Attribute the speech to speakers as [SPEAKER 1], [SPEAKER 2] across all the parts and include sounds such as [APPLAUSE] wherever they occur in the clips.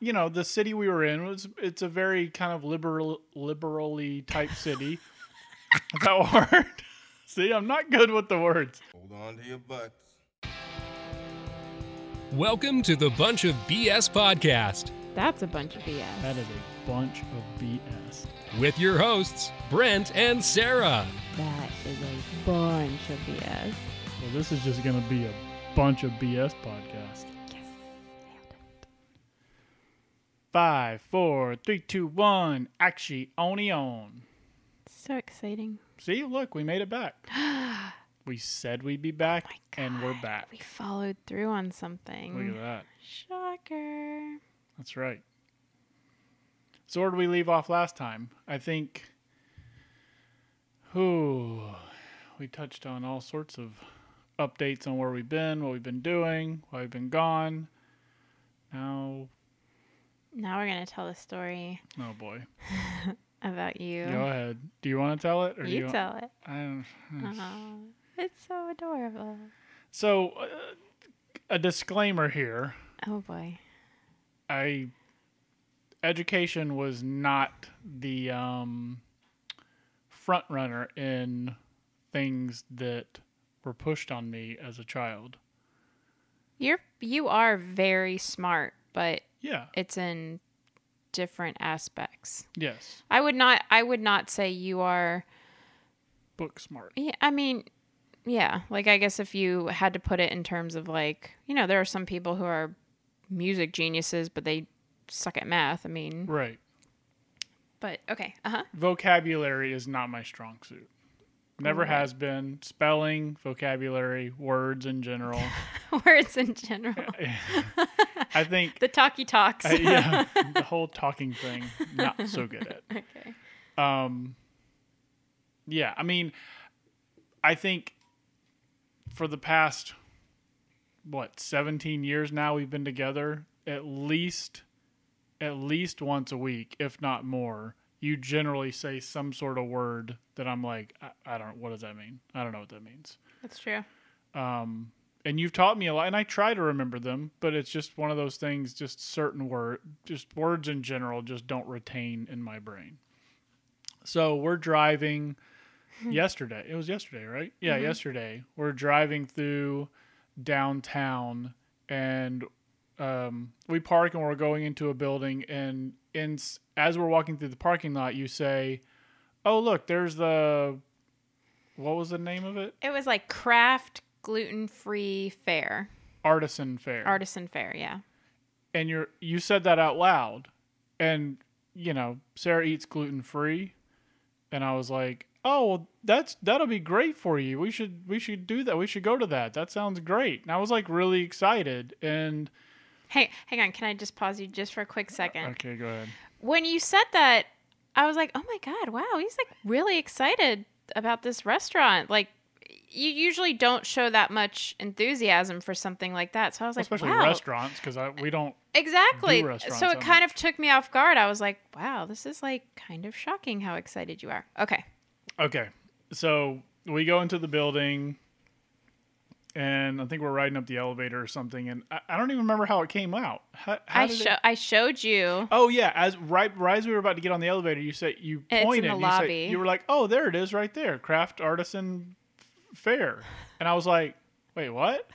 [SPEAKER 1] you know, the city we were in was it's a very kind of liberal liberally type [LAUGHS] city. Is that a word? [LAUGHS] See, I'm not good with the words.
[SPEAKER 2] Hold on to your butts.
[SPEAKER 3] Welcome to the Bunch of BS podcast
[SPEAKER 4] That's a bunch of BS.
[SPEAKER 1] That is a bunch of BS.
[SPEAKER 3] with your hosts, Brent and Sarah.
[SPEAKER 4] That is a bunch of BS.
[SPEAKER 1] Well, this is just going to be a bunch of BS podcast.
[SPEAKER 4] Yes.
[SPEAKER 1] Five, four, three, two, one. Actually, oni on.
[SPEAKER 4] So exciting.
[SPEAKER 1] See, look, we made it [GASPS] back. we said we'd be back, and we're back.
[SPEAKER 4] We followed through on something.
[SPEAKER 1] Look at that.
[SPEAKER 4] Shocker.
[SPEAKER 1] That's right. So where did we leave off last time? I think. Who, we touched on all sorts of updates on where we've been, what we've been doing, why we've been gone. Now,
[SPEAKER 4] Now we're going to tell a story
[SPEAKER 1] oh boy,
[SPEAKER 4] about you.
[SPEAKER 1] go ahead. Do you want to tell it, or do
[SPEAKER 4] you
[SPEAKER 1] you?
[SPEAKER 4] tell Uh-huh. it.
[SPEAKER 1] I don't.
[SPEAKER 4] Aw, it's so adorable.
[SPEAKER 1] So, uh, a disclaimer here.
[SPEAKER 4] Oh boy.
[SPEAKER 1] I education was not the um, front runner in things that were pushed on me as a child.
[SPEAKER 4] You're you are very smart, but
[SPEAKER 1] Yeah.
[SPEAKER 4] it's in different aspects.
[SPEAKER 1] Yes.
[SPEAKER 4] I would not I would not say you are
[SPEAKER 1] Book smart.
[SPEAKER 4] Yeah, I mean, yeah. Like, I guess if you had to put it in terms of like, you know, there are some people who are music geniuses, but they suck at math. I mean,
[SPEAKER 1] Right.
[SPEAKER 4] but okay, uh huh.
[SPEAKER 1] Vocabulary is not my strong suit. Never
[SPEAKER 4] Right.
[SPEAKER 1] has been. Spelling, vocabulary, words in [LAUGHS] general.
[SPEAKER 4] [LAUGHS] Words
[SPEAKER 1] [LAUGHS]
[SPEAKER 4] in general,
[SPEAKER 1] I think
[SPEAKER 4] the talkie talks.
[SPEAKER 1] I- yeah, [LAUGHS] the whole talking thing, not so good at.
[SPEAKER 4] [LAUGHS] okay.
[SPEAKER 1] Yeah, I mean, I think for the past what 17 years now we've been together at least at least once a week, if not more. You generally say some sort of word that I'm like, I, I don't. What does that mean? I don't know what that means.
[SPEAKER 4] That's true.
[SPEAKER 1] And you've taught me a lot, and I try to remember them, but it's just one of those things. Just certain word, just words in general, just don't retain in my brain. So we're driving yesterday. It was yesterday, right? Yeah, yesterday. We're driving through downtown and um, we park and we're going into a building. And in, as we're walking through the parking lot, you say, Oh, look, there's the. What was the name of it?
[SPEAKER 4] It was like craft gluten free fair,
[SPEAKER 1] Artisan Fair.
[SPEAKER 4] artisan fair. Yeah.
[SPEAKER 1] and you're you said that out loud and you know sarah eats gluten free and i was like oh well, that's that'll be great for you we should we should do that we should go to that that sounds great and i was like really excited and
[SPEAKER 4] Hey, hang on. Can I just pause you just for a quick second?
[SPEAKER 1] okay go ahead
[SPEAKER 4] when you said that, I was like, oh my God, wow, he's like really excited about this restaurant. Like, you usually don't show that much enthusiasm for something like that. So I was like,
[SPEAKER 1] especially
[SPEAKER 4] wow.
[SPEAKER 1] restaurants because we don't
[SPEAKER 4] Exactly.
[SPEAKER 1] do restaurants
[SPEAKER 4] So
[SPEAKER 1] that
[SPEAKER 4] it kind of took me off guard. I was like, wow, this is like kind of shocking how excited you are. Okay.
[SPEAKER 1] Okay. So we go into the building and I think we're riding up the elevator or something and I, I don't even remember how it came out. How, how
[SPEAKER 4] I,
[SPEAKER 1] did it-
[SPEAKER 4] sho- I showed you.
[SPEAKER 1] Oh yeah, as right, right as we were about to get on the elevator, you said you
[SPEAKER 4] It's in
[SPEAKER 1] pointed.
[SPEAKER 4] the
[SPEAKER 1] and you, said-
[SPEAKER 4] lobby.
[SPEAKER 1] you were like, "Oh, there it is, right there, Craft Artisan F- Fair," and I was like, "Wait, what?"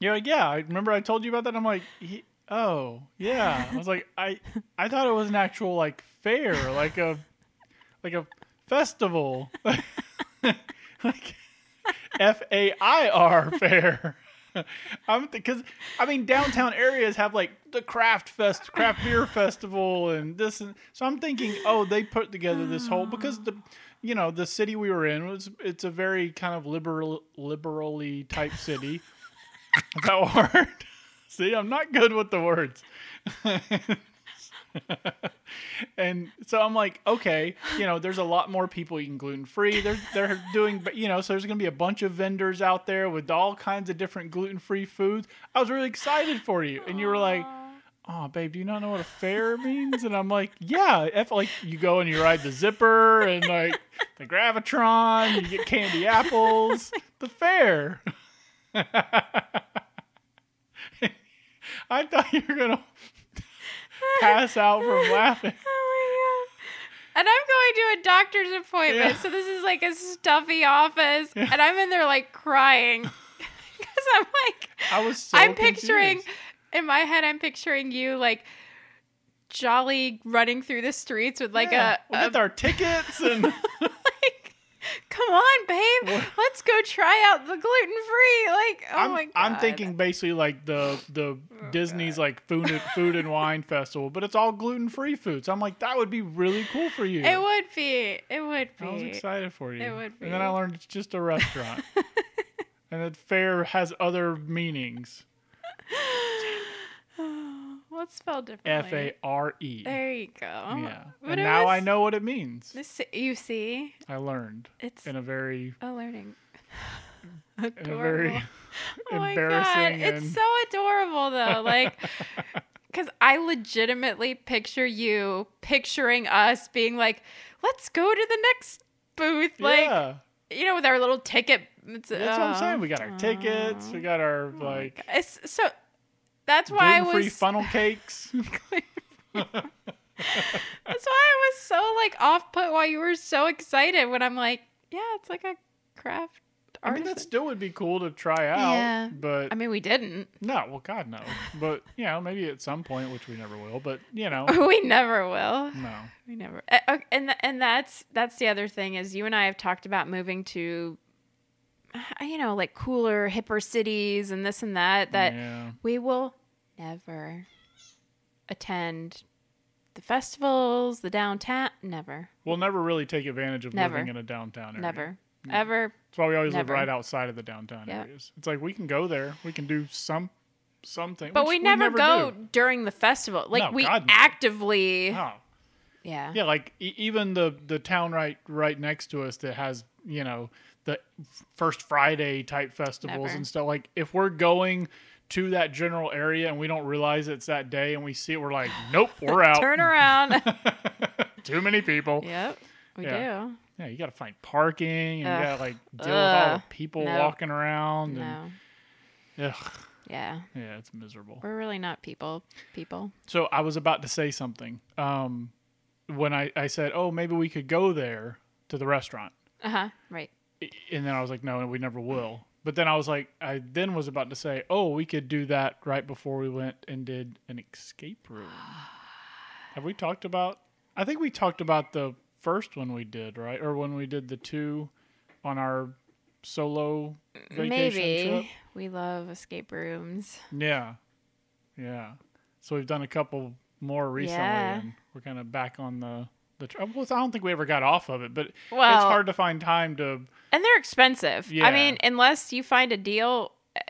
[SPEAKER 1] You're like, "Yeah, I remember I told you about that." I'm like, "He- "Oh, yeah." I was like, "I, I thought it was an actual like fair, like a, like a festival, [LAUGHS] like F A I R fair." I'm because I mean downtown areas have like the craft fest, craft beer festival, and this, and so I'm thinking, oh, they put together this whole because the, you know, the city we were in was it's a very kind of liberal, liberally type city. Is that a word? [LAUGHS] See, I'm not good with the words. and so I'm like, okay, you know, there's a lot more people eating gluten free. They're they're doing, you know, so there's gonna be a bunch of vendors out there with all kinds of different gluten free foods. I was really excited for you, and you were like, oh, babe, do you not know what a fair means? And I'm like, yeah, if like you go and you ride the zipper and like the gravitron, you get candy apples, the [LAUGHS] fair. I thought you were gonna [LAUGHS] pass out from laughing.
[SPEAKER 4] Oh my god. And I'm going to a doctor's appointment,
[SPEAKER 1] Yeah.
[SPEAKER 4] so this is like a stuffy office, and I'm in there like crying [LAUGHS] because I'm like,
[SPEAKER 1] I was so
[SPEAKER 4] I'm picturing
[SPEAKER 1] confused.
[SPEAKER 4] in my head, I'm picturing you like jolly running through the streets with like
[SPEAKER 1] Yeah,
[SPEAKER 4] a,
[SPEAKER 1] we'll
[SPEAKER 4] [LAUGHS] a
[SPEAKER 1] get our tickets
[SPEAKER 4] [LAUGHS]
[SPEAKER 1] and
[SPEAKER 4] like, come on, babe,
[SPEAKER 1] What?
[SPEAKER 4] let's go try out the gluten free. Like, oh
[SPEAKER 1] I'm,
[SPEAKER 4] my god, Oh,
[SPEAKER 1] I'm thinking basically like the the Disney's like food and, food and wine festival, but it's all gluten free food. So I'm like, that would be really cool for you.
[SPEAKER 4] it would be, it would be.
[SPEAKER 1] I was excited for you.
[SPEAKER 4] It would
[SPEAKER 1] And then I
[SPEAKER 4] be.
[SPEAKER 1] learned it's just a
[SPEAKER 4] [LAUGHS]
[SPEAKER 1] restaurant, and that fair has other meanings.
[SPEAKER 4] Well, it's spelled
[SPEAKER 1] F
[SPEAKER 4] differently.
[SPEAKER 1] A R E. Yeah.
[SPEAKER 4] There you go. But
[SPEAKER 1] And
[SPEAKER 4] it
[SPEAKER 1] now I
[SPEAKER 4] was-
[SPEAKER 1] know what it means.
[SPEAKER 4] This, you see,
[SPEAKER 1] I learned
[SPEAKER 4] it's
[SPEAKER 1] in a very
[SPEAKER 4] a learning. [SIGHS]
[SPEAKER 1] in a
[SPEAKER 4] Adorable.
[SPEAKER 1] [LAUGHS] very
[SPEAKER 4] oh my god,
[SPEAKER 1] embarrassing
[SPEAKER 4] it's
[SPEAKER 1] and-
[SPEAKER 4] so adorable
[SPEAKER 1] [LAUGHS]
[SPEAKER 4] though. Like, because I legitimately picture you picturing us being like, let's go to the next booth, like
[SPEAKER 1] yeah.
[SPEAKER 4] you know, with our little ticket. It's,
[SPEAKER 1] That's what I'm
[SPEAKER 4] oh.
[SPEAKER 1] saying. We got our tickets. We got our like
[SPEAKER 4] It's so. That's Oh why I
[SPEAKER 1] gluten free
[SPEAKER 4] was. [LAUGHS]
[SPEAKER 1] funnel cakes.
[SPEAKER 4] That's why I was so like off put while you were so excited when I'm like, yeah, it's like a craft
[SPEAKER 1] I
[SPEAKER 4] artist.
[SPEAKER 1] mean, that still would be cool to try out.
[SPEAKER 4] Yeah.
[SPEAKER 1] But
[SPEAKER 4] I mean, we didn't. [LAUGHS]
[SPEAKER 1] no, well, God no. But you know, maybe at some point, which we never will. But you
[SPEAKER 4] [LAUGHS]
[SPEAKER 1] know,
[SPEAKER 4] we never will.
[SPEAKER 1] no.
[SPEAKER 4] We never. uh, uh, And th- and that's that's the other thing is you and I have talked about moving to, [SIGHS] uh, you know, like cooler, hipper cities and this and that. That
[SPEAKER 1] yeah.
[SPEAKER 4] we will never attend the festivals, the downtown. Never,
[SPEAKER 1] We'll never really take advantage of
[SPEAKER 4] Never.
[SPEAKER 1] living in a downtown area.
[SPEAKER 4] never, ever.
[SPEAKER 1] That's why we always
[SPEAKER 4] Never.
[SPEAKER 1] live right outside of the downtown
[SPEAKER 4] Yep.
[SPEAKER 1] areas. It's like we can go there. We can do some something.
[SPEAKER 4] But
[SPEAKER 1] which
[SPEAKER 4] we never, go
[SPEAKER 1] do.
[SPEAKER 4] during the festival. Like
[SPEAKER 1] No,
[SPEAKER 4] we
[SPEAKER 1] God, no.
[SPEAKER 4] actively.
[SPEAKER 1] No.
[SPEAKER 4] Yeah.
[SPEAKER 1] Yeah, like e- even the the town right right next to us that has you know the first Friday type festivals
[SPEAKER 4] Never.
[SPEAKER 1] and stuff. Like if we're going to that general area and we don't realize it's that day and we see it, we're like,
[SPEAKER 4] [LAUGHS]
[SPEAKER 1] nope, we're out.
[SPEAKER 4] Turn
[SPEAKER 1] [LAUGHS]
[SPEAKER 4] around. [LAUGHS]
[SPEAKER 1] Too many people. Yeah,
[SPEAKER 4] yep. We
[SPEAKER 1] Yeah.
[SPEAKER 4] do.
[SPEAKER 1] you got to find parking and
[SPEAKER 4] Ugh.
[SPEAKER 1] you got to like deal with all
[SPEAKER 4] Ugh.
[SPEAKER 1] the people
[SPEAKER 4] No.
[SPEAKER 1] walking around. And,
[SPEAKER 4] No.
[SPEAKER 1] ugh,
[SPEAKER 4] Yeah.
[SPEAKER 1] yeah, it's miserable.
[SPEAKER 4] We're really not people. People.
[SPEAKER 1] So I was about to say something um, when I, I said, oh, maybe we could go there to the restaurant.
[SPEAKER 4] Uh huh. Right.
[SPEAKER 1] and then I was like, no, we never will. But then I was like, I then was about to say, oh, we could do that right before we went and did an escape
[SPEAKER 4] [SIGHS]
[SPEAKER 1] room. Have we talked about? I think we talked about the first one we did, right? Or when we did the two on our solo vacation
[SPEAKER 4] Maybe
[SPEAKER 1] trip.
[SPEAKER 4] we love escape rooms.
[SPEAKER 1] Yeah, yeah. So we've done a couple more recently,
[SPEAKER 4] Yeah.
[SPEAKER 1] and we're kind of back on the the. Tr- well, I don't think we ever got off of it, but it's
[SPEAKER 4] Well-
[SPEAKER 1] hard to find time to.
[SPEAKER 4] And they're expensive.
[SPEAKER 1] Yeah.
[SPEAKER 4] I mean, unless you find a deal, uh,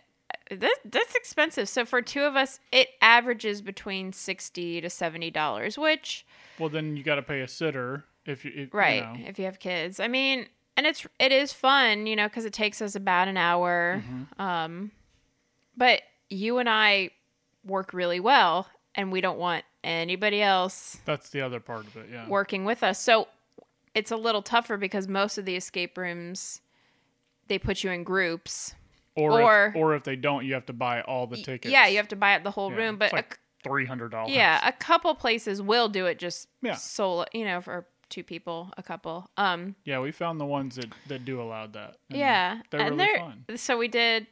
[SPEAKER 4] that, that's expensive. So for two of us, it averages between sixty to seventy dollars, which
[SPEAKER 1] Well, then you got to pay a sitter if you if,
[SPEAKER 4] right
[SPEAKER 1] You know.
[SPEAKER 4] if you have kids. I mean, and it's it is fun, you know, because it takes us about an hour.
[SPEAKER 1] Mm-hmm.
[SPEAKER 4] Um, but you and I work really well, and we don't want anybody else
[SPEAKER 1] That's the other part of it. Yeah.
[SPEAKER 4] working with us. So it's a little tougher because most of the escape rooms they put you in groups.
[SPEAKER 1] Or if,
[SPEAKER 4] or-
[SPEAKER 1] or if they don't, you have to buy all the tickets.
[SPEAKER 4] Yeah, you have to buy out the whole room, but a,
[SPEAKER 1] three hundred dollars.
[SPEAKER 4] c- yeah, a couple places will do it just
[SPEAKER 1] Yeah.
[SPEAKER 4] solo, you know, for two people, a couple. Um
[SPEAKER 1] Yeah, we found the ones that that do allow that. and
[SPEAKER 4] yeah,
[SPEAKER 1] Mm-hmm. They're
[SPEAKER 4] and
[SPEAKER 1] really
[SPEAKER 4] there
[SPEAKER 1] fun.
[SPEAKER 4] so we did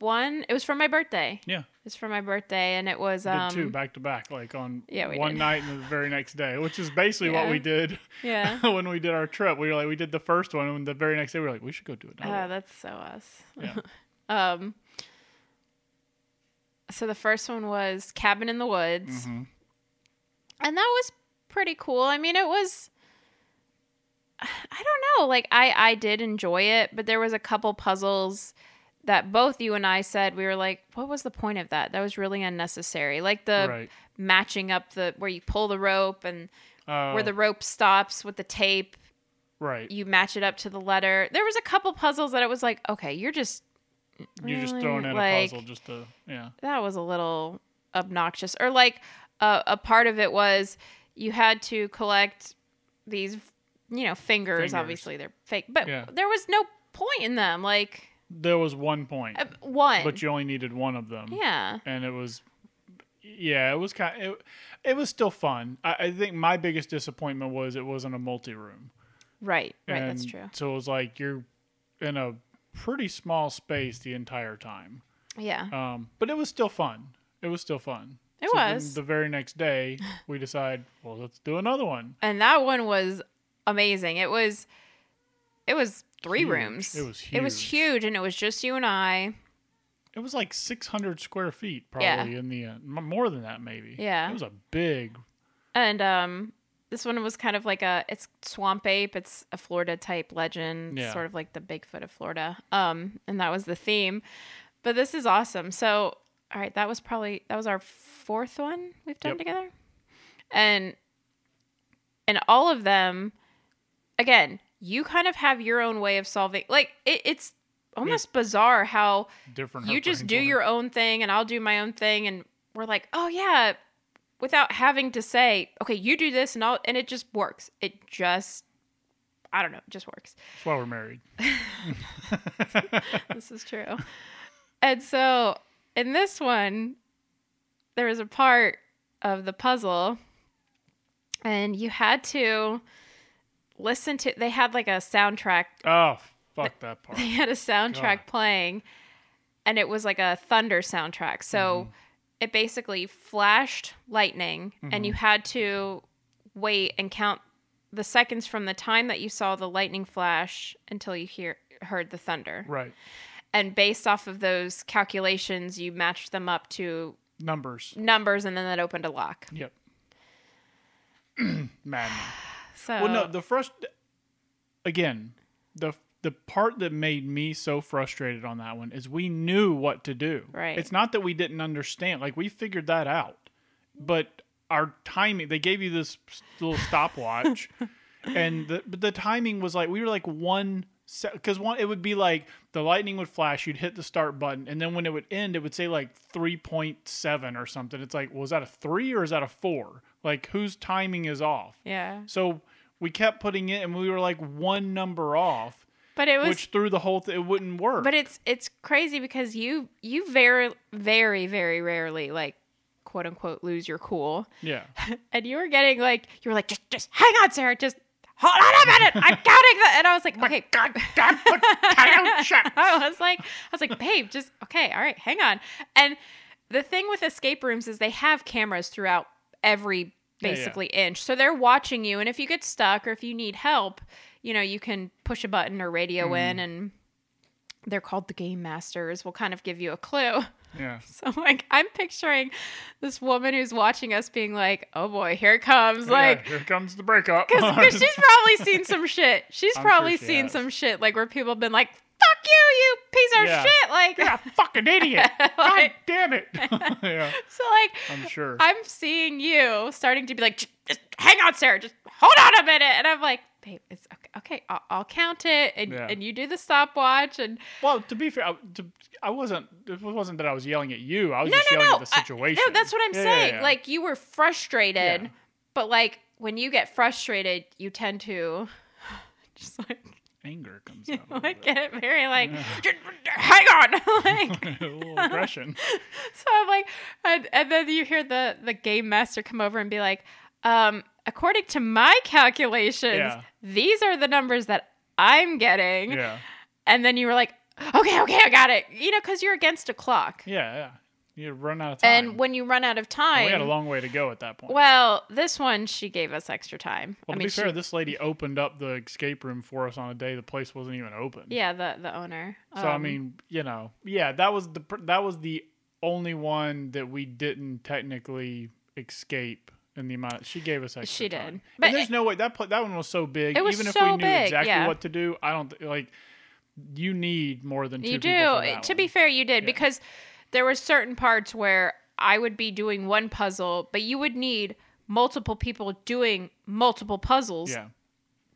[SPEAKER 4] one. It was for my birthday.
[SPEAKER 1] Yeah.
[SPEAKER 4] It's for my birthday and it was
[SPEAKER 1] Did
[SPEAKER 4] um
[SPEAKER 1] two back to back, like on
[SPEAKER 4] Yeah, we
[SPEAKER 1] one
[SPEAKER 4] did.
[SPEAKER 1] night and the very next day, which is basically what
[SPEAKER 4] Yeah.
[SPEAKER 1] we did
[SPEAKER 4] yeah.
[SPEAKER 1] [LAUGHS] when we did our trip. We were like, we did the first one, and the very next day we were like, we should go do another.
[SPEAKER 4] Oh,
[SPEAKER 1] one.
[SPEAKER 4] that's so us.
[SPEAKER 1] Yeah.
[SPEAKER 4] [LAUGHS] Um so the first one was Cabin in the Woods.
[SPEAKER 1] Mm-hmm.
[SPEAKER 4] And that was pretty cool. I mean, it was [SIGHS] I don't know. Like I I did enjoy it, but there was a couple puzzles that both you and I said we were like, what was the point of that? That was really unnecessary. Like the
[SPEAKER 1] Right.
[SPEAKER 4] matching up the where you pull the rope and
[SPEAKER 1] Uh,
[SPEAKER 4] where the rope stops with the tape
[SPEAKER 1] right.
[SPEAKER 4] you match it up to the letter. There was a couple puzzles that it was like, okay, you're just
[SPEAKER 1] You're just
[SPEAKER 4] really,
[SPEAKER 1] throwing in
[SPEAKER 4] like-
[SPEAKER 1] a puzzle just to yeah.
[SPEAKER 4] that was a little obnoxious. Or like uh, a part of it was you had to collect these, you know, fingers.
[SPEAKER 1] Fingers.
[SPEAKER 4] Obviously, they're fake, but
[SPEAKER 1] Yeah.
[SPEAKER 4] there was no point in them. Like
[SPEAKER 1] There was one point,
[SPEAKER 4] uh, one,
[SPEAKER 1] but you only needed one of them.
[SPEAKER 4] yeah,
[SPEAKER 1] and it was yeah, it was kind. It, it was still fun. I, I think my biggest disappointment was it wasn't a multi room.
[SPEAKER 4] Right, right, that's true.
[SPEAKER 1] So it was like you're in a pretty small space the entire time.
[SPEAKER 4] Yeah.
[SPEAKER 1] Um, but it was still fun. It was still fun.
[SPEAKER 4] It
[SPEAKER 1] then
[SPEAKER 4] was.
[SPEAKER 1] The very next day, we decide, well, let's do another one.
[SPEAKER 4] and that one was amazing. It was it was three
[SPEAKER 1] Huge.
[SPEAKER 4] rooms.
[SPEAKER 1] It was
[SPEAKER 4] It was huge and it was just you and I.
[SPEAKER 1] It was like 600 square feet,
[SPEAKER 4] Yeah.
[SPEAKER 1] probably in the end, M- more than that maybe.
[SPEAKER 4] Yeah.
[SPEAKER 1] it was a big.
[SPEAKER 4] And um this one was kind of like a it's swamp ape, it's a Florida type legend,
[SPEAKER 1] Yeah.
[SPEAKER 4] sort of like the Bigfoot of Florida. Um and that was the theme. But this is awesome. So, all right, that was probably that was our fourth one we've done
[SPEAKER 1] Yep.
[SPEAKER 4] together. And and all of them again, you kind of have your own way of solving. Like it, it's almost bizarre how
[SPEAKER 1] Different. her
[SPEAKER 4] you just
[SPEAKER 1] brains
[SPEAKER 4] do
[SPEAKER 1] were.
[SPEAKER 4] your own thing and I'll do my own thing and we're like, "Oh yeah," without having to say, "Okay, you do this and I'll," and it just works. It just I don't know, it just works.
[SPEAKER 1] That's why we're married.
[SPEAKER 4] [LAUGHS] this is true. And so in this one, there was a part of the puzzle, and you had to listen to. They had like a soundtrack.
[SPEAKER 1] Oh, fuck that
[SPEAKER 4] [LAUGHS]
[SPEAKER 1] part.
[SPEAKER 4] They had a soundtrack
[SPEAKER 1] God.
[SPEAKER 4] playing, and it was like a thunder soundtrack. So
[SPEAKER 1] Mm-hmm.
[SPEAKER 4] it basically flashed lightning, and
[SPEAKER 1] Mm-hmm.
[SPEAKER 4] you had to wait and count the seconds from the time that you saw the lightning flash until you hear heard the thunder
[SPEAKER 1] Right.
[SPEAKER 4] and based off of those calculations you matched them up to
[SPEAKER 1] Numbers.
[SPEAKER 4] numbers and then that opened a lock
[SPEAKER 1] Yep. [CLEARS THROAT] Maddening.
[SPEAKER 4] so
[SPEAKER 1] Well, no, the first again, the the part that made me so frustrated on that one is we knew what to do.
[SPEAKER 4] Right.
[SPEAKER 1] It's not that we didn't understand; like we figured that out. But our timing, they gave you this little stopwatch, and the but the timing was like we were like one because one it would be like the lightning would flash, you'd hit the start button, and then when it would end, it would say like three point seven or something. It's like, was that a three or is that a four? Like whose timing is off?
[SPEAKER 4] yeah
[SPEAKER 1] So we kept putting it, and we were like one number off,
[SPEAKER 4] but it was
[SPEAKER 1] which through the whole thing, it wouldn't work.
[SPEAKER 4] but it's it's crazy because you you very very very rarely like quote unquote lose your cool [LAUGHS]
[SPEAKER 1] yeah,
[SPEAKER 4] and you were getting like you were like just just hang on sarah just hold on a
[SPEAKER 1] [LAUGHS]
[SPEAKER 4] minute i'm counting that and i was like okay [LAUGHS] god god
[SPEAKER 1] [LAUGHS]
[SPEAKER 4] i was like i was like babe just okay all right hang on and the thing with escape rooms is they have cameras throughout every
[SPEAKER 1] yeah.
[SPEAKER 4] basically inch so they're watching you and if you get stuck or if you need help you know you can push a button or radio
[SPEAKER 1] Mm-hmm.
[SPEAKER 4] in and they're called the game masters will kind of give you a clue [LAUGHS]
[SPEAKER 1] yeah.
[SPEAKER 4] so like I'm picturing this woman who's watching us being like, "Oh boy, here it comes!"
[SPEAKER 1] Yeah,
[SPEAKER 4] Like
[SPEAKER 1] here comes the
[SPEAKER 4] [LAUGHS]
[SPEAKER 1] breakup. [LAUGHS]
[SPEAKER 4] because she's probably seen some shit. She's
[SPEAKER 1] I'm sure
[SPEAKER 4] probably
[SPEAKER 1] she
[SPEAKER 4] seen
[SPEAKER 1] has.
[SPEAKER 4] some shit like where people have been like, "Fuck you, you piece of
[SPEAKER 1] Yeah.
[SPEAKER 4] shit!" Like
[SPEAKER 1] yeah, fucking idiot. God
[SPEAKER 4] Like-
[SPEAKER 1] damn it. [LAUGHS] yeah,
[SPEAKER 4] [LAUGHS] so like
[SPEAKER 1] I'm sure.
[SPEAKER 4] I'm seeing you starting to be like, "Just- just hang on, Sarah, just hold on a minute, and I'm like. Babe, it's okay. Okay, I'll, I'll count it, and,
[SPEAKER 1] Yeah.
[SPEAKER 4] and you do the stopwatch, and
[SPEAKER 1] well, to be fair, I, to, I wasn't. It wasn't that I was yelling at you. I was
[SPEAKER 4] no,
[SPEAKER 1] just
[SPEAKER 4] no,
[SPEAKER 1] yelling
[SPEAKER 4] no.
[SPEAKER 1] at the
[SPEAKER 4] I-
[SPEAKER 1] situation.
[SPEAKER 4] no, that's what I'm
[SPEAKER 1] Yeah, yeah,
[SPEAKER 4] saying.
[SPEAKER 1] yeah.
[SPEAKER 4] Like you were frustrated,
[SPEAKER 1] Yeah.
[SPEAKER 4] but like when you get frustrated, you tend to [SIGHS] just like,
[SPEAKER 1] anger comes out. a
[SPEAKER 4] [LAUGHS]
[SPEAKER 1] little
[SPEAKER 4] like get it very like hang on. [LAUGHS] like
[SPEAKER 1] bit. [LAUGHS] a little
[SPEAKER 4] [LAUGHS]
[SPEAKER 1] aggression.
[SPEAKER 4] so I'm like and, and then you hear the the game master come over and be like, um, according to my calculations,
[SPEAKER 1] Yeah.
[SPEAKER 4] these are the numbers that I'm getting.
[SPEAKER 1] Yeah,
[SPEAKER 4] And then you were like, Okay, okay, I got it. You know, because you're against a clock.
[SPEAKER 1] yeah, yeah. You run out of time.
[SPEAKER 4] And when you run out of time,
[SPEAKER 1] And we had a long way to go at that point.
[SPEAKER 4] Well, this one she gave us extra time.
[SPEAKER 1] Well,
[SPEAKER 4] I
[SPEAKER 1] to
[SPEAKER 4] mean,
[SPEAKER 1] be fair,
[SPEAKER 4] she-
[SPEAKER 1] this lady opened up the escape room for us on a day the place wasn't even open.
[SPEAKER 4] yeah, the the owner.
[SPEAKER 1] So I
[SPEAKER 4] Um,
[SPEAKER 1] mean, you know, yeah, that was the pr- that was the only one that we didn't technically escape in the amount she gave us. Extra
[SPEAKER 4] She did.
[SPEAKER 1] time.
[SPEAKER 4] But
[SPEAKER 1] and there's no way that pla that one was so big.
[SPEAKER 4] It was
[SPEAKER 1] even if
[SPEAKER 4] so
[SPEAKER 1] we knew
[SPEAKER 4] big,
[SPEAKER 1] exactly
[SPEAKER 4] yeah.
[SPEAKER 1] what to do, I don't th- like. You need more than two
[SPEAKER 4] you do.
[SPEAKER 1] people for that
[SPEAKER 4] To
[SPEAKER 1] one.
[SPEAKER 4] be fair, you did because there were certain parts where I would be doing one puzzle, but you would need multiple people doing multiple puzzles
[SPEAKER 1] yeah.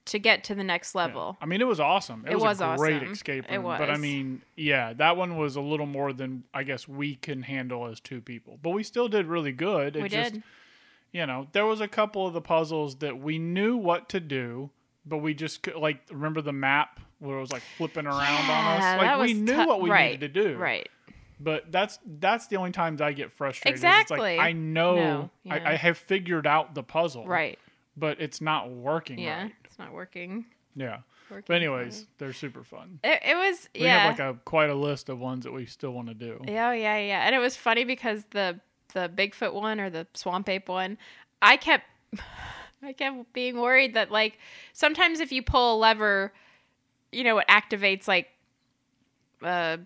[SPEAKER 4] to get to the next level.
[SPEAKER 1] I mean, it was awesome. It,
[SPEAKER 4] It
[SPEAKER 1] was,
[SPEAKER 4] was
[SPEAKER 1] a great
[SPEAKER 4] awesome.
[SPEAKER 1] escape
[SPEAKER 4] It
[SPEAKER 1] room. But I
[SPEAKER 4] was.
[SPEAKER 1] mean, yeah, that one was a little more than I guess we can handle as two people. But we still did really good. It
[SPEAKER 4] we
[SPEAKER 1] just,
[SPEAKER 4] did.
[SPEAKER 1] You know, there was a couple of the puzzles that we knew what to do, but we just could, like remember the map where it was like flipping around on us.
[SPEAKER 4] Yeah,
[SPEAKER 1] Like
[SPEAKER 4] that
[SPEAKER 1] we
[SPEAKER 4] was
[SPEAKER 1] knew
[SPEAKER 4] tou-
[SPEAKER 1] what we
[SPEAKER 4] right,
[SPEAKER 1] needed to do.
[SPEAKER 4] Right.
[SPEAKER 1] But that's that's the only times I get frustrated. is It's
[SPEAKER 4] Exactly.
[SPEAKER 1] like I know
[SPEAKER 4] No, yeah.
[SPEAKER 1] I, I have figured out the puzzle.
[SPEAKER 4] Right.
[SPEAKER 1] But it's not working
[SPEAKER 4] Yeah.
[SPEAKER 1] right.
[SPEAKER 4] It's not working.
[SPEAKER 1] Yeah.
[SPEAKER 4] Working
[SPEAKER 1] But anyways, they're super fun.
[SPEAKER 4] It, it was
[SPEAKER 1] We
[SPEAKER 4] yeah.
[SPEAKER 1] have like a quite a list of ones that we still want to do.
[SPEAKER 4] Yeah, oh, yeah, yeah. And it was funny because the the Bigfoot one or the swamp ape one, I kept [SIGHS] I kept being worried that like sometimes if you pull a lever, you know, it activates like a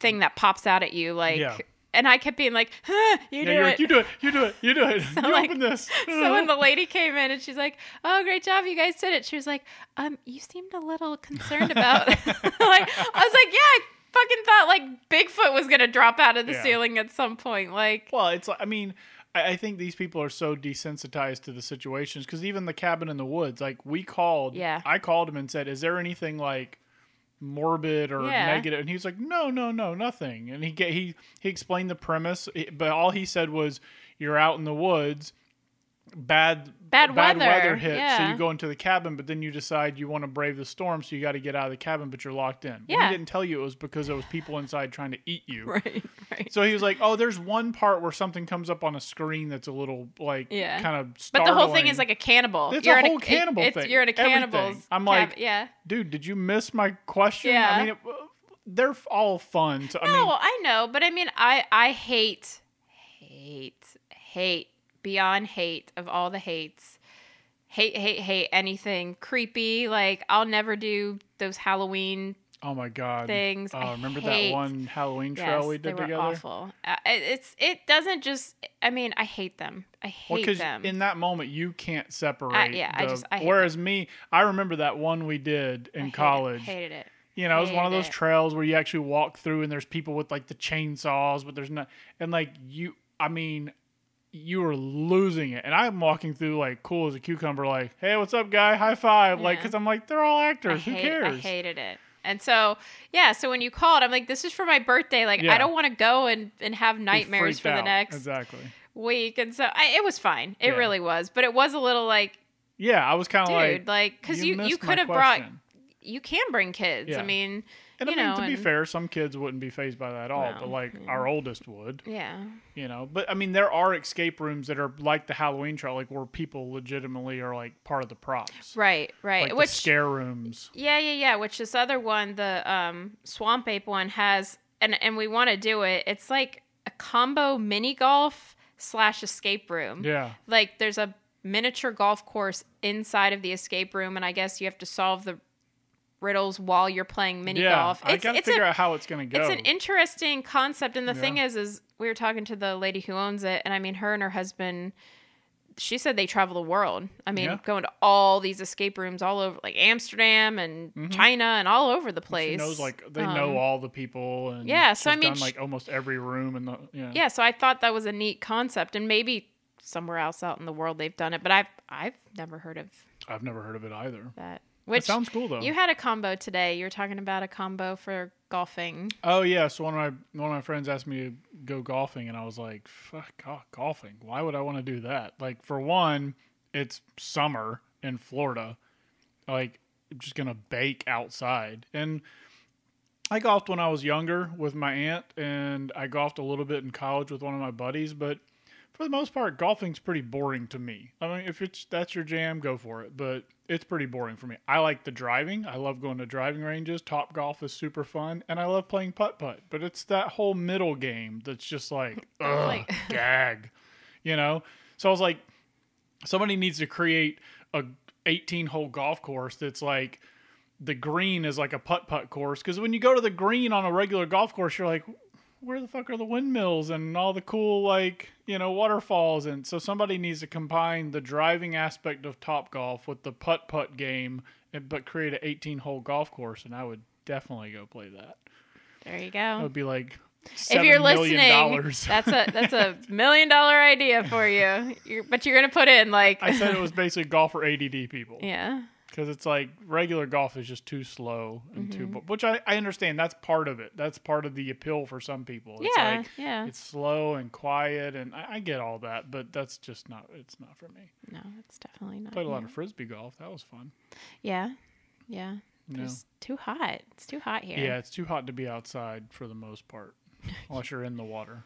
[SPEAKER 4] thing that pops out at you like
[SPEAKER 1] Yeah.
[SPEAKER 4] and I kept being like, huh, you
[SPEAKER 1] Yeah,
[SPEAKER 4] do
[SPEAKER 1] you're
[SPEAKER 4] it.
[SPEAKER 1] like, you do it, you do it, you do
[SPEAKER 4] [LAUGHS]
[SPEAKER 1] it. you
[SPEAKER 4] like-
[SPEAKER 1] open this. [LAUGHS]
[SPEAKER 4] so when the lady came in and she's like, "Oh, great job, you guys did it." She was like, "Um, you seemed a little concerned about."
[SPEAKER 1] [LAUGHS]
[SPEAKER 4] [LAUGHS] like, I was like, "Yeah, I fucking thought like Bigfoot was gonna drop out of the
[SPEAKER 1] Yeah.
[SPEAKER 4] ceiling at some point." Like,
[SPEAKER 1] Well, it's like I mean, I, I think these people are so desensitized to the situations because even the cabin in the woods, like we called,
[SPEAKER 4] Yeah.
[SPEAKER 1] I called him and said, "Is there anything like morbid or
[SPEAKER 4] Yeah.
[SPEAKER 1] negative?" And he was like, "No, no, no, nothing." And he ga- he he explained the premise, i- but all he said was, "You're out in the woods." Bad,
[SPEAKER 4] Bad weather,
[SPEAKER 1] hits, so
[SPEAKER 4] yeah.
[SPEAKER 1] you go into the cabin, but then you decide you want to brave the storm, so you got to get out of the cabin, but you're locked in. Well,
[SPEAKER 4] Yeah.
[SPEAKER 1] he didn't tell you it was because there was people inside trying to eat you.
[SPEAKER 4] right, right.
[SPEAKER 1] So he was like, "Oh, there's one part where something comes up on a screen that's a little like
[SPEAKER 4] Yeah.
[SPEAKER 1] kind of
[SPEAKER 4] But
[SPEAKER 1] startling."
[SPEAKER 4] the whole thing is like a cannibal.
[SPEAKER 1] It's a
[SPEAKER 4] in
[SPEAKER 1] whole cannibal
[SPEAKER 4] it's-
[SPEAKER 1] thing.
[SPEAKER 4] You're in a
[SPEAKER 1] Everything.
[SPEAKER 4] cannibal's.
[SPEAKER 1] I'm like-
[SPEAKER 4] yeah.
[SPEAKER 1] dude, did you miss my question? I
[SPEAKER 4] Yeah.
[SPEAKER 1] mean, it, uh, they're all fun. So, I
[SPEAKER 4] No,
[SPEAKER 1] mean,
[SPEAKER 4] I know, but I mean, I I hate, hate, hate beyond hate of all the hates, hate, hate, hate anything creepy. Like I'll never do those Halloween
[SPEAKER 1] oh my god,
[SPEAKER 4] Things
[SPEAKER 1] Oh,
[SPEAKER 4] I
[SPEAKER 1] remember that
[SPEAKER 4] hate.
[SPEAKER 1] one Halloween trail
[SPEAKER 4] yes,
[SPEAKER 1] we did
[SPEAKER 4] they were
[SPEAKER 1] together?
[SPEAKER 4] awful. Uh, it- it's it doesn't just. I mean, I hate them. I
[SPEAKER 1] Well,
[SPEAKER 4] hate
[SPEAKER 1] because
[SPEAKER 4] them.
[SPEAKER 1] in that moment you can't separate.
[SPEAKER 4] yeah, I
[SPEAKER 1] the-
[SPEAKER 4] just- I hate
[SPEAKER 1] whereas me, I remember that one we did in
[SPEAKER 4] I hated it,
[SPEAKER 1] college.
[SPEAKER 4] hated it.
[SPEAKER 1] You know, it was one of
[SPEAKER 4] Hated
[SPEAKER 1] those
[SPEAKER 4] it.
[SPEAKER 1] trails where you actually walk through and there's people with like the chainsaws, but there's not, and like you, I mean, you were losing it. And I'm walking through like cool as a cucumber, like, hey, what's up, guy? High five. Like,
[SPEAKER 4] Yeah.
[SPEAKER 1] cause I'm like, they're all
[SPEAKER 4] I
[SPEAKER 1] actors. Who
[SPEAKER 4] hate- I
[SPEAKER 1] cares?
[SPEAKER 4] hated it. And so, yeah, so when you called, I'm like, this is for my birthday. Like,
[SPEAKER 1] Yeah.
[SPEAKER 4] I don't want to go and, and have
[SPEAKER 1] We
[SPEAKER 4] nightmares
[SPEAKER 1] freaked
[SPEAKER 4] for the
[SPEAKER 1] out.
[SPEAKER 4] next
[SPEAKER 1] Exactly.
[SPEAKER 4] week. And so I, it was fine. It
[SPEAKER 1] Yeah.
[SPEAKER 4] really was. But it was a little like,
[SPEAKER 1] Yeah, I was kind
[SPEAKER 4] dude,
[SPEAKER 1] of like,
[SPEAKER 4] like, because you, you,
[SPEAKER 1] missed my
[SPEAKER 4] could have brought,
[SPEAKER 1] question.
[SPEAKER 4] you can bring kids.
[SPEAKER 1] Yeah.
[SPEAKER 4] I mean,
[SPEAKER 1] And I
[SPEAKER 4] you
[SPEAKER 1] mean,
[SPEAKER 4] know,
[SPEAKER 1] to be
[SPEAKER 4] and-
[SPEAKER 1] fair, some kids wouldn't be phased by that at all, but
[SPEAKER 4] No,
[SPEAKER 1] like our oldest would,
[SPEAKER 4] yeah.
[SPEAKER 1] you know. But I mean, there are escape rooms that are like the Halloween trail, like where people legitimately are like part of the props,
[SPEAKER 4] Right, right.
[SPEAKER 1] like
[SPEAKER 4] Eh, Which,
[SPEAKER 1] the scare rooms.
[SPEAKER 4] yeah, yeah, yeah. Which this other one, the um, Swamp Ape one, has, and, and we want to do it. It's like a combo mini golf slash escape room.
[SPEAKER 1] Yeah.
[SPEAKER 4] like there's a miniature golf course inside of the escape room and i guess you have to solve the riddles while you're playing mini golf
[SPEAKER 1] I gotta
[SPEAKER 4] a-
[SPEAKER 1] figure out how it's gonna go.
[SPEAKER 4] it's an interesting concept, and the thing
[SPEAKER 1] Yeah.
[SPEAKER 4] is, is we were talking to the lady who owns it, and I mean, her and her husband. She said they travel the world. I mean,
[SPEAKER 1] Yeah.
[SPEAKER 4] going to all these escape rooms all over, like Amsterdam and China and all over the place.
[SPEAKER 1] Mm-hmm. she knows like they know
[SPEAKER 4] Um,
[SPEAKER 1] all the people and
[SPEAKER 4] yeah, so
[SPEAKER 1] she's
[SPEAKER 4] I mean,
[SPEAKER 1] done
[SPEAKER 4] sh-
[SPEAKER 1] like almost every room in the yeah.
[SPEAKER 4] Yeah, so I thought that was a neat concept, and maybe somewhere else out in the world they've done it, but I've I've never heard of
[SPEAKER 1] I've never heard of it either.
[SPEAKER 4] that.
[SPEAKER 1] It
[SPEAKER 4] Which
[SPEAKER 1] sounds cool though.
[SPEAKER 4] you had a combo today. You were talking about a combo for golfing.
[SPEAKER 1] oh yeah, so one of my one of my friends asked me to go golfing and I was like, fuck go- golfing. Why would I want to do that? Like for one, it's summer in Florida. Like I'm just gonna bake outside. And I golfed when I was younger with my aunt and I golfed a little bit in college with one of my buddies, but for the most part, golfing's pretty boring to me. I mean, if it's that's your jam, go for it. But it's pretty boring for me. I like the driving. I love going to driving ranges. Top golf is super fun, and I love playing putt putt. But it's that whole middle game that's just like, ugh,
[SPEAKER 4] like-
[SPEAKER 1] gag, you know. So I was like, somebody needs to create a 18 hole golf course that's like the green is like a putt putt course because when you go to the green on a regular golf course, you're like, where the fuck are the windmills and all the cool like you know waterfalls and so somebody needs to combine the driving aspect of top golf with the putt putt game and, but create an 18 hole golf course and i would definitely go play that
[SPEAKER 4] There you
[SPEAKER 1] that
[SPEAKER 4] go.
[SPEAKER 1] would be like
[SPEAKER 4] If you're
[SPEAKER 1] $7 million
[SPEAKER 4] listening,
[SPEAKER 1] dollars
[SPEAKER 4] that's a that's a million dollar idea for you. You're, but you're gonna put in like
[SPEAKER 1] [LAUGHS] i said it was basically golf for add people
[SPEAKER 4] [LAUGHS] yeah,
[SPEAKER 1] because it's like regular golf is just too slow and
[SPEAKER 4] Mm-hmm.
[SPEAKER 1] too bo- which I, I understand that's part of it that's part of the appeal for some people it's
[SPEAKER 4] yeah,
[SPEAKER 1] like
[SPEAKER 4] yeah.
[SPEAKER 1] it's slow and quiet and I, I get all that but that's just not it's not for me
[SPEAKER 4] no, it's definitely not.
[SPEAKER 1] played a lot
[SPEAKER 4] you.
[SPEAKER 1] of frisbee golf that was fun
[SPEAKER 4] yeah, yeah.
[SPEAKER 1] no.
[SPEAKER 4] It's too hot. It's too hot here. [LAUGHS]
[SPEAKER 1] yeah it's too hot to be outside for the most part unless you're in the water.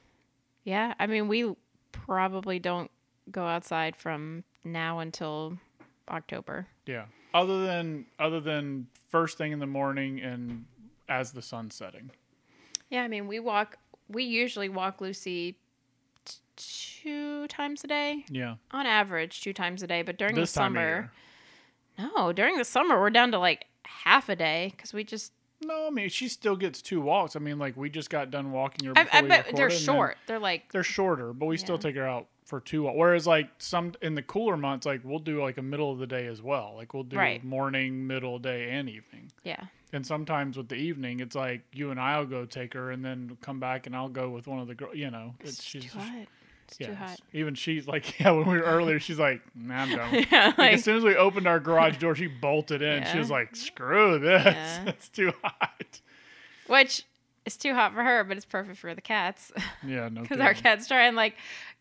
[SPEAKER 4] Yeah, I mean, we probably don't go outside from now until October.
[SPEAKER 1] Yeah. Other than other than first thing in the morning and as the sun's setting.
[SPEAKER 4] Yeah, I mean, we walk. We usually walk Lucy t- two times a day,
[SPEAKER 1] Yeah.
[SPEAKER 4] on average, two times a day. But during
[SPEAKER 1] this
[SPEAKER 4] the
[SPEAKER 1] time of
[SPEAKER 4] summer,
[SPEAKER 1] year.
[SPEAKER 4] no, during the summer we're down to like half a day because we just.
[SPEAKER 1] No, I mean she still gets two walks. I mean, like we just got done walking her.
[SPEAKER 4] I,
[SPEAKER 1] before
[SPEAKER 4] I
[SPEAKER 1] we
[SPEAKER 4] bet they're
[SPEAKER 1] recorded, and then
[SPEAKER 4] short. They're like
[SPEAKER 1] They're shorter, but we still
[SPEAKER 4] Yeah.
[SPEAKER 1] take her out for two. wa- Whereas, like some in the cooler months, like we'll do like a middle of the day as well. Like we'll do
[SPEAKER 4] Right.
[SPEAKER 1] morning, middle day, and evening.
[SPEAKER 4] yeah,
[SPEAKER 1] And sometimes with the evening, it's like you and I'll go take her, and then come back, and I'll go with one of the girls. You know,
[SPEAKER 4] it's,
[SPEAKER 1] it's she's
[SPEAKER 4] too hot. It's
[SPEAKER 1] yeah.
[SPEAKER 4] too
[SPEAKER 1] it's-
[SPEAKER 4] hot.
[SPEAKER 1] Even she's like, [LAUGHS] yeah. When we were earlier, she's like, nah, I'm done. Like,
[SPEAKER 4] [LAUGHS] Yeah,
[SPEAKER 1] as
[SPEAKER 4] like
[SPEAKER 1] soon as we opened our garage door, she bolted in. She
[SPEAKER 4] Yeah.
[SPEAKER 1] was like, screw this,
[SPEAKER 4] Yeah.
[SPEAKER 1] [LAUGHS] it's too hot.
[SPEAKER 4] which is too hot for her, but it's perfect for the cats. [LAUGHS]
[SPEAKER 1] Yeah, no.
[SPEAKER 4] because our
[SPEAKER 1] kidding.
[SPEAKER 4] cats try and like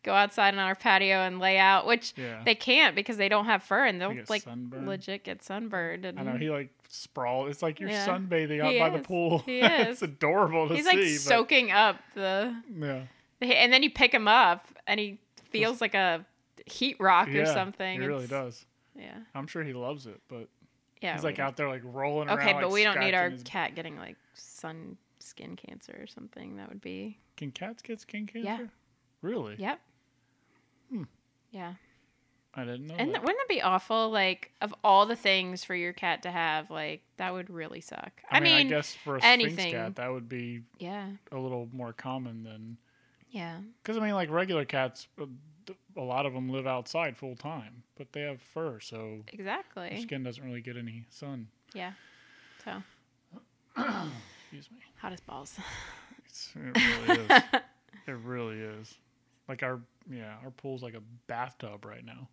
[SPEAKER 4] go outside on our patio and lay out, which
[SPEAKER 1] Yeah.
[SPEAKER 4] they can't because they don't have fur and they'll
[SPEAKER 1] get
[SPEAKER 4] like
[SPEAKER 1] sunburned.
[SPEAKER 4] legit get sunburned. And
[SPEAKER 1] I know he like sprawl. It's like you're
[SPEAKER 4] Mm-hmm. Yeah.
[SPEAKER 1] sunbathing out
[SPEAKER 4] He
[SPEAKER 1] by the
[SPEAKER 4] is.
[SPEAKER 1] pool.
[SPEAKER 4] He
[SPEAKER 1] [LAUGHS] it's
[SPEAKER 4] is.
[SPEAKER 1] adorable to
[SPEAKER 4] he's
[SPEAKER 1] see.
[SPEAKER 4] like
[SPEAKER 1] but-
[SPEAKER 4] soaking up the,
[SPEAKER 1] yeah,
[SPEAKER 4] the, and then you pick him up and he feels like a heat rock or
[SPEAKER 1] yeah,
[SPEAKER 4] something.
[SPEAKER 1] He really
[SPEAKER 4] It's-
[SPEAKER 1] does.
[SPEAKER 4] Yeah,
[SPEAKER 1] I'm sure he loves it, but
[SPEAKER 4] yeah.
[SPEAKER 1] he's
[SPEAKER 4] we
[SPEAKER 1] like
[SPEAKER 4] don't-
[SPEAKER 1] out there like rolling around.
[SPEAKER 4] okay, but
[SPEAKER 1] like,
[SPEAKER 4] we don't need
[SPEAKER 1] scratching
[SPEAKER 4] our
[SPEAKER 1] his-
[SPEAKER 4] cat getting like sun skin cancer or something. That would be
[SPEAKER 1] Can cats get skin cancer?
[SPEAKER 4] Yeah.
[SPEAKER 1] Really?
[SPEAKER 4] yep. Hmm. Yeah.
[SPEAKER 1] I didn't know.
[SPEAKER 4] And
[SPEAKER 1] that.
[SPEAKER 4] wouldn't that be awful? Like, of all the things for your cat to have, like that would really suck. I, mean,
[SPEAKER 1] I guess for a
[SPEAKER 4] anything.
[SPEAKER 1] sphinx cat, that would be
[SPEAKER 4] yeah,
[SPEAKER 1] a little more common than
[SPEAKER 4] yeah,
[SPEAKER 1] because I mean, like regular cats, uh, th- a lot of them live outside full time, but they have fur, so their
[SPEAKER 4] exactly.
[SPEAKER 1] skin doesn't really get any sun.
[SPEAKER 4] Yeah. So
[SPEAKER 1] Excuse me.
[SPEAKER 4] hot as balls. [LAUGHS]
[SPEAKER 1] It's, it really [LAUGHS] is. It really is. Like our yeah, our pool's like a bathtub right now.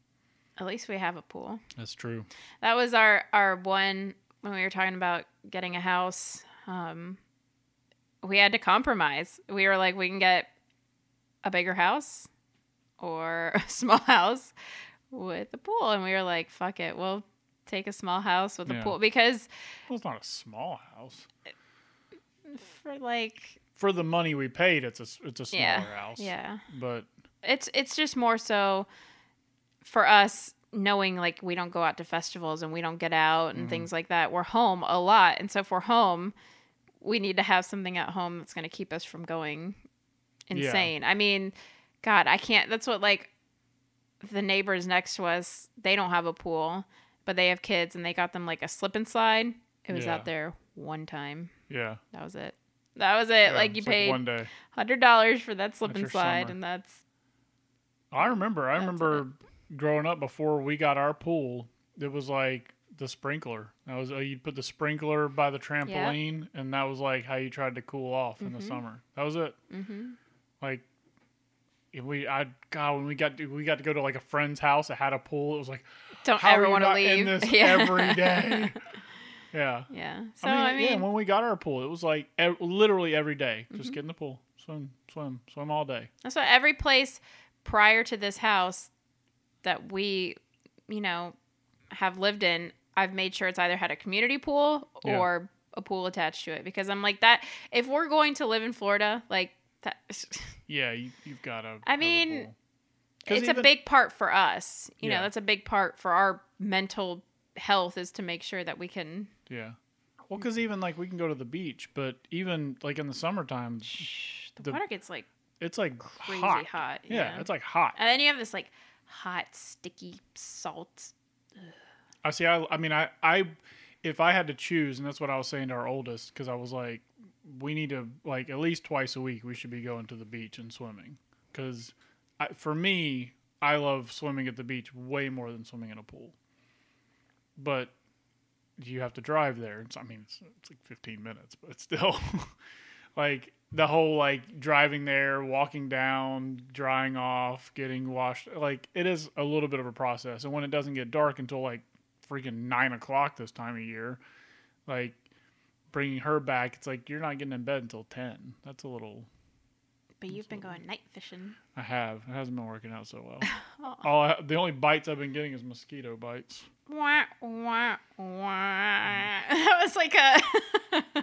[SPEAKER 4] At least we have a pool.
[SPEAKER 1] That's true.
[SPEAKER 4] That was our our one when we were talking about getting a house. Um, we had to compromise. We were like, we can get a bigger house or [LAUGHS] a small house with a pool, and we were like, fuck it, we'll take a small house with a
[SPEAKER 1] Yeah.
[SPEAKER 4] pool because
[SPEAKER 1] Well, it's not a small house.
[SPEAKER 4] for like
[SPEAKER 1] For the money we paid, it's a s- it's a smaller
[SPEAKER 4] yeah
[SPEAKER 1] house.
[SPEAKER 4] yeah
[SPEAKER 1] But
[SPEAKER 4] it's it's just more so for us knowing like we don't go out to festivals and we don't get out
[SPEAKER 1] Mm-hmm.
[SPEAKER 4] and things like that we're home a lot and so if we're home we need to have something at home that's going to keep us from going
[SPEAKER 1] Yeah.
[SPEAKER 4] insane i mean god i can't that's what like the neighbors next to us they don't have a pool but they have kids and they got them like a slip and slide it was
[SPEAKER 1] Yeah.
[SPEAKER 4] out there one time
[SPEAKER 1] yeah,
[SPEAKER 4] that was it that was it
[SPEAKER 1] yeah,
[SPEAKER 4] like you
[SPEAKER 1] it's
[SPEAKER 4] paid
[SPEAKER 1] one day.
[SPEAKER 4] hundred dollars for that slip
[SPEAKER 1] That's your
[SPEAKER 4] and slide
[SPEAKER 1] summer.
[SPEAKER 4] and that's
[SPEAKER 1] I remember. I
[SPEAKER 4] That's
[SPEAKER 1] remember growing up before we got our pool. It was like the sprinkler. That was uh, you'd put the sprinkler by the trampoline, and that was like how you tried to cool off in the summer. That was it. Mm-hmm. Like if we, I God, when we got to, we got to go to like a friend's house that had a pool. It was like
[SPEAKER 4] don't
[SPEAKER 1] how
[SPEAKER 4] ever
[SPEAKER 1] are you
[SPEAKER 4] want to
[SPEAKER 1] not
[SPEAKER 4] leave.
[SPEAKER 1] in this
[SPEAKER 4] [LAUGHS] yeah.
[SPEAKER 1] every
[SPEAKER 4] [LAUGHS]
[SPEAKER 1] day? yeah.
[SPEAKER 4] yeah. So I mean, Mm-hmm.
[SPEAKER 1] yeah. When we got our pool, it was like e- literally every day, just get in the pool, swim, swim, swim all day.
[SPEAKER 4] that's why every place prior to this house that we, you know, have lived in, I've made sure it's either had a community pool
[SPEAKER 1] Yeah.
[SPEAKER 4] or a pool attached to it because I'm like that. If we're going to live in Florida, like that, [LAUGHS]
[SPEAKER 1] Yeah, you, you've got to.
[SPEAKER 4] I mean, it's a
[SPEAKER 1] even-
[SPEAKER 4] big part for us. You
[SPEAKER 1] Yeah.
[SPEAKER 4] know, that's a big part for our mental health is to make sure that we can.
[SPEAKER 1] Yeah. Well, because even like we can go to the beach, but even like in the summertime,
[SPEAKER 4] The,
[SPEAKER 1] The-
[SPEAKER 4] water gets like
[SPEAKER 1] it's like
[SPEAKER 4] crazy
[SPEAKER 1] hot.
[SPEAKER 4] hot.
[SPEAKER 1] Yeah, it's like hot.
[SPEAKER 4] And then you have this like hot, sticky salt.
[SPEAKER 1] I see. I, I mean, I, I, if I had to choose, and that's what I was saying to our oldest, because I was like, we need to like at least twice a week we should be going to the beach and swimming, because for me, I love swimming at the beach way more than swimming in a pool. But you have to drive there. It's, I mean, it's, it's like 15 minutes, but [LAUGHS] still, like the whole like driving there, walking down, drying off, getting washed. Like it is a little bit of a process, and when it doesn't get dark until like freaking nine o'clock this time of year, like bringing her back, it's like you're not getting in bed until 10. That's a little.
[SPEAKER 4] But you've been going night fishing.
[SPEAKER 1] I have. It hasn't been working out so
[SPEAKER 4] [LAUGHS]
[SPEAKER 1] well.
[SPEAKER 4] Uh-uh.
[SPEAKER 1] All I, the only bites I've been getting is mosquito bites.
[SPEAKER 4] [LAUGHS] Wah, wah, wah. That was like a.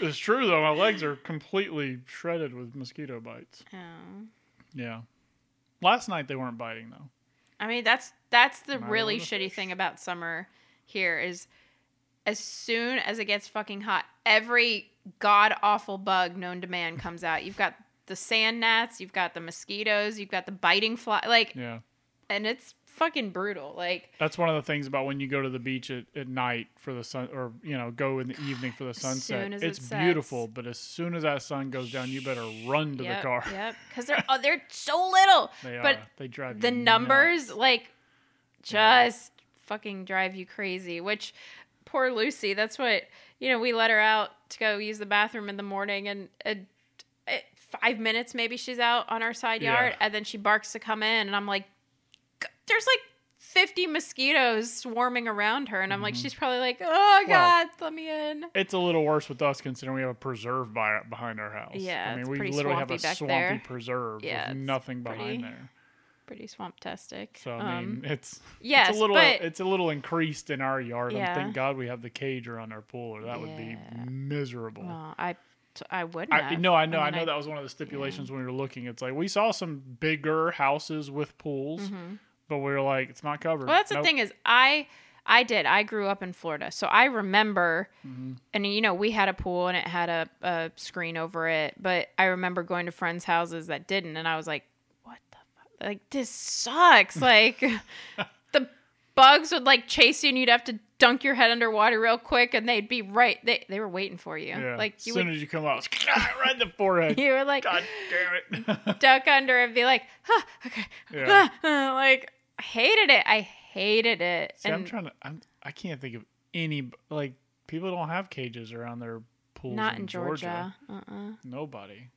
[SPEAKER 1] It's true though. My legs are completely shredded with mosquito bites.
[SPEAKER 4] Oh.
[SPEAKER 1] Yeah. Last night they weren't biting though.
[SPEAKER 4] I mean, that's that's the
[SPEAKER 1] Not a
[SPEAKER 4] really
[SPEAKER 1] lot of
[SPEAKER 4] shitty thing about summer here is as soon as it gets fucking hot, every god awful bug known
[SPEAKER 1] [LAUGHS]
[SPEAKER 4] to man comes out. You've got the sand gnats, you've got the mosquitoes, you've got the biting fly like
[SPEAKER 1] Yeah.
[SPEAKER 4] and it's fucking brutal. Like
[SPEAKER 1] That's one of the things about when you go to the beach at, at night for the sun, or you know, go in the evening for the sunset.
[SPEAKER 4] soon [SIGHS] as it
[SPEAKER 1] It's
[SPEAKER 4] sets.
[SPEAKER 1] beautiful, but as soon as that sun goes down, you better run to the
[SPEAKER 4] yep,
[SPEAKER 1] car. [LAUGHS]
[SPEAKER 4] Yep. Cuz they're oh, they're so little.
[SPEAKER 1] They
[SPEAKER 4] but
[SPEAKER 1] are. They drive you
[SPEAKER 4] the
[SPEAKER 1] nuts.
[SPEAKER 4] numbers like just fucking drive you crazy which poor lucy that's what you know we let her out to go use the bathroom in the morning and uh, uh, five minutes maybe she's out on our side
[SPEAKER 1] Yeah.
[SPEAKER 4] yard and then she barks to come in and i'm like "G- there's like 50 mosquitoes swarming around her and i'm
[SPEAKER 1] Mm-hmm.
[SPEAKER 4] like she's probably like oh god let me in
[SPEAKER 1] It's a little worse with us considering we have a preserve by, behind our house.
[SPEAKER 4] Yeah,
[SPEAKER 1] I mean,
[SPEAKER 4] it's
[SPEAKER 1] we
[SPEAKER 4] pretty
[SPEAKER 1] literally have a
[SPEAKER 4] swampy back
[SPEAKER 1] swampy
[SPEAKER 4] there.
[SPEAKER 1] preserve
[SPEAKER 4] Yeah,
[SPEAKER 1] with
[SPEAKER 4] it's
[SPEAKER 1] nothing
[SPEAKER 4] pretty-
[SPEAKER 1] behind there.
[SPEAKER 4] pretty swamp tastic
[SPEAKER 1] So I mean, it's
[SPEAKER 4] yes,
[SPEAKER 1] it's a little
[SPEAKER 4] but-
[SPEAKER 1] it's a little increased in our yard.
[SPEAKER 4] Yeah.
[SPEAKER 1] And thank God we have the cage around our pool, or that would be
[SPEAKER 4] Yeah.
[SPEAKER 1] miserable.
[SPEAKER 4] well, i i wouldn't
[SPEAKER 1] I,
[SPEAKER 4] have.
[SPEAKER 1] no, I know, I
[SPEAKER 4] mean,
[SPEAKER 1] know that was one of the stipulations when we were looking. It's like we saw some bigger houses with pools, but we were like, it's not covered.
[SPEAKER 4] Mm-hmm. Well, that's
[SPEAKER 1] Nope.
[SPEAKER 4] the thing is I I did. I grew up in Florida, so I remember.
[SPEAKER 1] Mm-hmm.
[SPEAKER 4] And you know, we had a pool and it had a, a screen over it, but I remember going to friends' houses that didn't, and I was like, "What the fuck? Like this sucks!
[SPEAKER 1] [LAUGHS]
[SPEAKER 4] Like the bugs would like chase you, and you'd have to dunk your head underwater real quick, and they'd be right. They they were waiting for you.
[SPEAKER 1] Yeah.
[SPEAKER 4] Like
[SPEAKER 1] as
[SPEAKER 4] you
[SPEAKER 1] soon
[SPEAKER 4] would,
[SPEAKER 1] as you come out, [LAUGHS] right in the
[SPEAKER 4] [LAUGHS]
[SPEAKER 1] forehead.
[SPEAKER 4] you were like
[SPEAKER 1] God damn it! [LAUGHS]
[SPEAKER 4] duck under and be like, huh, okay,
[SPEAKER 1] Yeah.
[SPEAKER 4] huh," [LAUGHS] like I hated it. I hated it.
[SPEAKER 1] See, I'm
[SPEAKER 4] And-
[SPEAKER 1] trying to. I'm, I can't think of any like people don't have cages around their pools.
[SPEAKER 4] Not
[SPEAKER 1] in,
[SPEAKER 4] in Georgia. Uh-uh.
[SPEAKER 1] Nobody.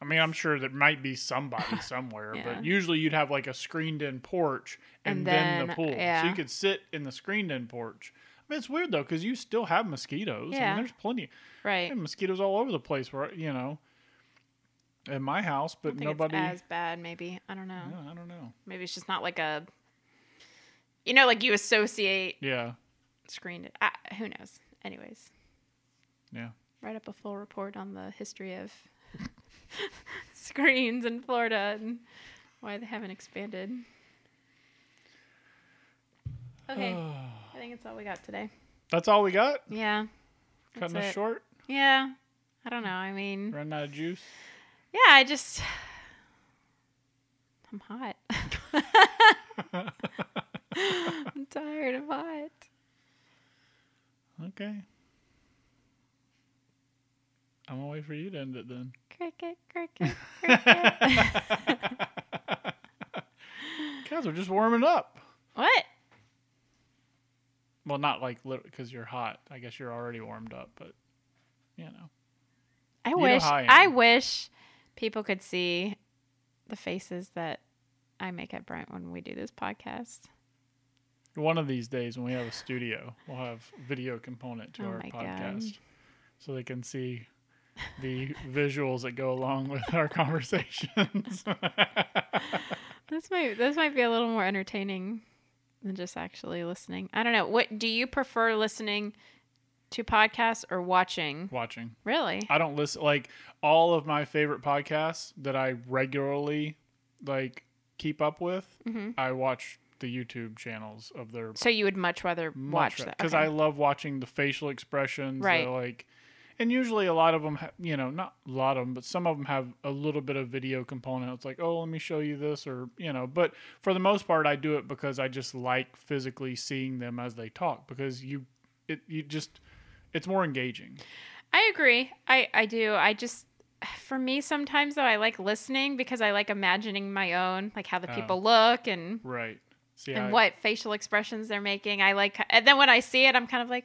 [SPEAKER 1] I mean, I'm sure there might be
[SPEAKER 4] [LAUGHS]
[SPEAKER 1] somebody somewhere,
[SPEAKER 4] Yeah.
[SPEAKER 1] but usually you'd have like a screened-in porch and,
[SPEAKER 4] And
[SPEAKER 1] then, the
[SPEAKER 4] then,
[SPEAKER 1] pool, so
[SPEAKER 4] yeah.
[SPEAKER 1] you could sit in the screened-in porch. I mean, it's weird though because you still have mosquitoes. I
[SPEAKER 4] Yeah.
[SPEAKER 1] mean, there's plenty.
[SPEAKER 4] Right.
[SPEAKER 1] I have mosquitoes all over the place. Where you know, at my house, but
[SPEAKER 4] I think
[SPEAKER 1] nobody.
[SPEAKER 4] it's as bad, maybe. I don't know.
[SPEAKER 1] Yeah, I don't know.
[SPEAKER 4] Maybe it's just not like a you know, like you associate
[SPEAKER 1] Yeah,
[SPEAKER 4] screened I, who knows. Anyways,
[SPEAKER 1] yeah.
[SPEAKER 4] write up a full report on the history of [LAUGHS] screens in Florida and why they haven't expanded.
[SPEAKER 1] [SIGHS]
[SPEAKER 4] Okay. I think it's all we got today.
[SPEAKER 1] That's all we got.
[SPEAKER 4] Yeah.
[SPEAKER 1] Cutting
[SPEAKER 4] That's
[SPEAKER 1] us
[SPEAKER 4] it.
[SPEAKER 1] short.
[SPEAKER 4] Yeah. I don't know. I mean,
[SPEAKER 1] Running out of juice.
[SPEAKER 4] yeah, I just [SIGHS] I'm hot. [LAUGHS] I'm tired of hot.
[SPEAKER 1] Okay. I'm gonna wait for you to end it then.
[SPEAKER 4] Cricket, cricket,
[SPEAKER 1] [LAUGHS]
[SPEAKER 4] cricket.
[SPEAKER 1] Guys, we're just warming up.
[SPEAKER 4] what?
[SPEAKER 1] Well, not like because you're hot. I guess you're already warmed up, but you know.
[SPEAKER 4] I
[SPEAKER 1] know
[SPEAKER 4] wish
[SPEAKER 1] how I am.
[SPEAKER 4] I wish people could see the faces that I make at Brent when we do this podcast.
[SPEAKER 1] One of these days when we have a studio, we'll have video component to
[SPEAKER 4] Oh
[SPEAKER 1] our
[SPEAKER 4] my God.
[SPEAKER 1] podcast, so they can see the [LAUGHS] visuals that go along with our [LAUGHS] conversations. [LAUGHS]
[SPEAKER 4] This might this might be a little more entertaining than just actually listening. I don't know. What do you prefer listening to podcasts or watching?
[SPEAKER 1] Watching.
[SPEAKER 4] Really?
[SPEAKER 1] I don't listen like all of my favorite podcasts that I regularly like keep up with.
[SPEAKER 4] Mm-hmm.
[SPEAKER 1] I watch the YouTube channels of their
[SPEAKER 4] So you would much rather watch that
[SPEAKER 1] because
[SPEAKER 4] okay.
[SPEAKER 1] I love watching the facial expressions.
[SPEAKER 4] Right.
[SPEAKER 1] They're like, and usually a lot of them, ha- you know, not a lot of them, but some of them have a little bit of video component. It's like, oh, let me show you this, or you know. But for the most part, I do it because I just like physically seeing them as they talk because you, it, you just, it's more engaging.
[SPEAKER 4] I agree. I I do. I just for me sometimes though I like listening because I like imagining my own, like how the people look and
[SPEAKER 1] Right. See,
[SPEAKER 4] and
[SPEAKER 1] Oh. I-
[SPEAKER 4] what facial expressions they're making. I like and then when I see it I'm kind of like,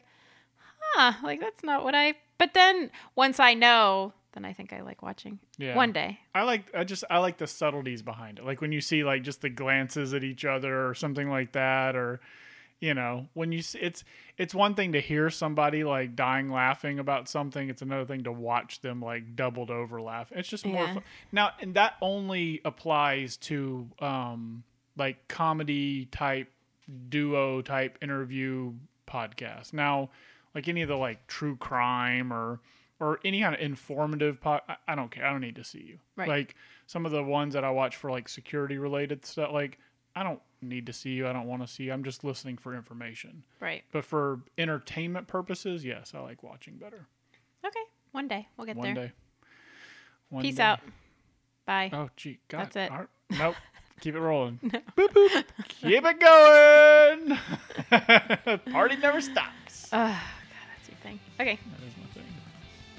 [SPEAKER 4] "Huh, like that's not what I But then once I know, then I think I like watching.
[SPEAKER 1] Yeah.
[SPEAKER 4] One day.
[SPEAKER 1] I like I just I like the subtleties behind it. Like when you see like just the glances at each other or something like that or you know, when you see, it's it's one thing to hear somebody like dying laughing about something, it's another thing to watch them like doubled over laugh. It's just more
[SPEAKER 4] Yeah.
[SPEAKER 1] fun. Now, and that only applies to um like comedy type duo type interview podcast. Now, like any of the like true crime or or any kind of informative po- I, I don't care. I don't need to see you.
[SPEAKER 4] Right.
[SPEAKER 1] Like some of the ones that I watch for like security related stuff like I don't need to see you. I don't want to see you. I'm just listening for information.
[SPEAKER 4] Right.
[SPEAKER 1] But for entertainment purposes, yes, I like watching better.
[SPEAKER 4] Okay. One day we'll get
[SPEAKER 1] One
[SPEAKER 4] there.
[SPEAKER 1] day. One
[SPEAKER 4] Peace
[SPEAKER 1] day.
[SPEAKER 4] out. Bye.
[SPEAKER 1] Oh, gee, God.
[SPEAKER 4] That's it.
[SPEAKER 1] Ar-
[SPEAKER 4] [LAUGHS]
[SPEAKER 1] nope. Keep it rolling. Boop, boop. Keep it going. [LAUGHS] Party never stops.
[SPEAKER 4] Oh, God, that's your thing. Okay.
[SPEAKER 1] that is my thing.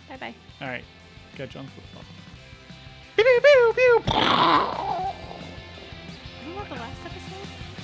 [SPEAKER 4] Bye bye.
[SPEAKER 1] All right. Catch you on the flip phone.
[SPEAKER 4] Remember the last episode?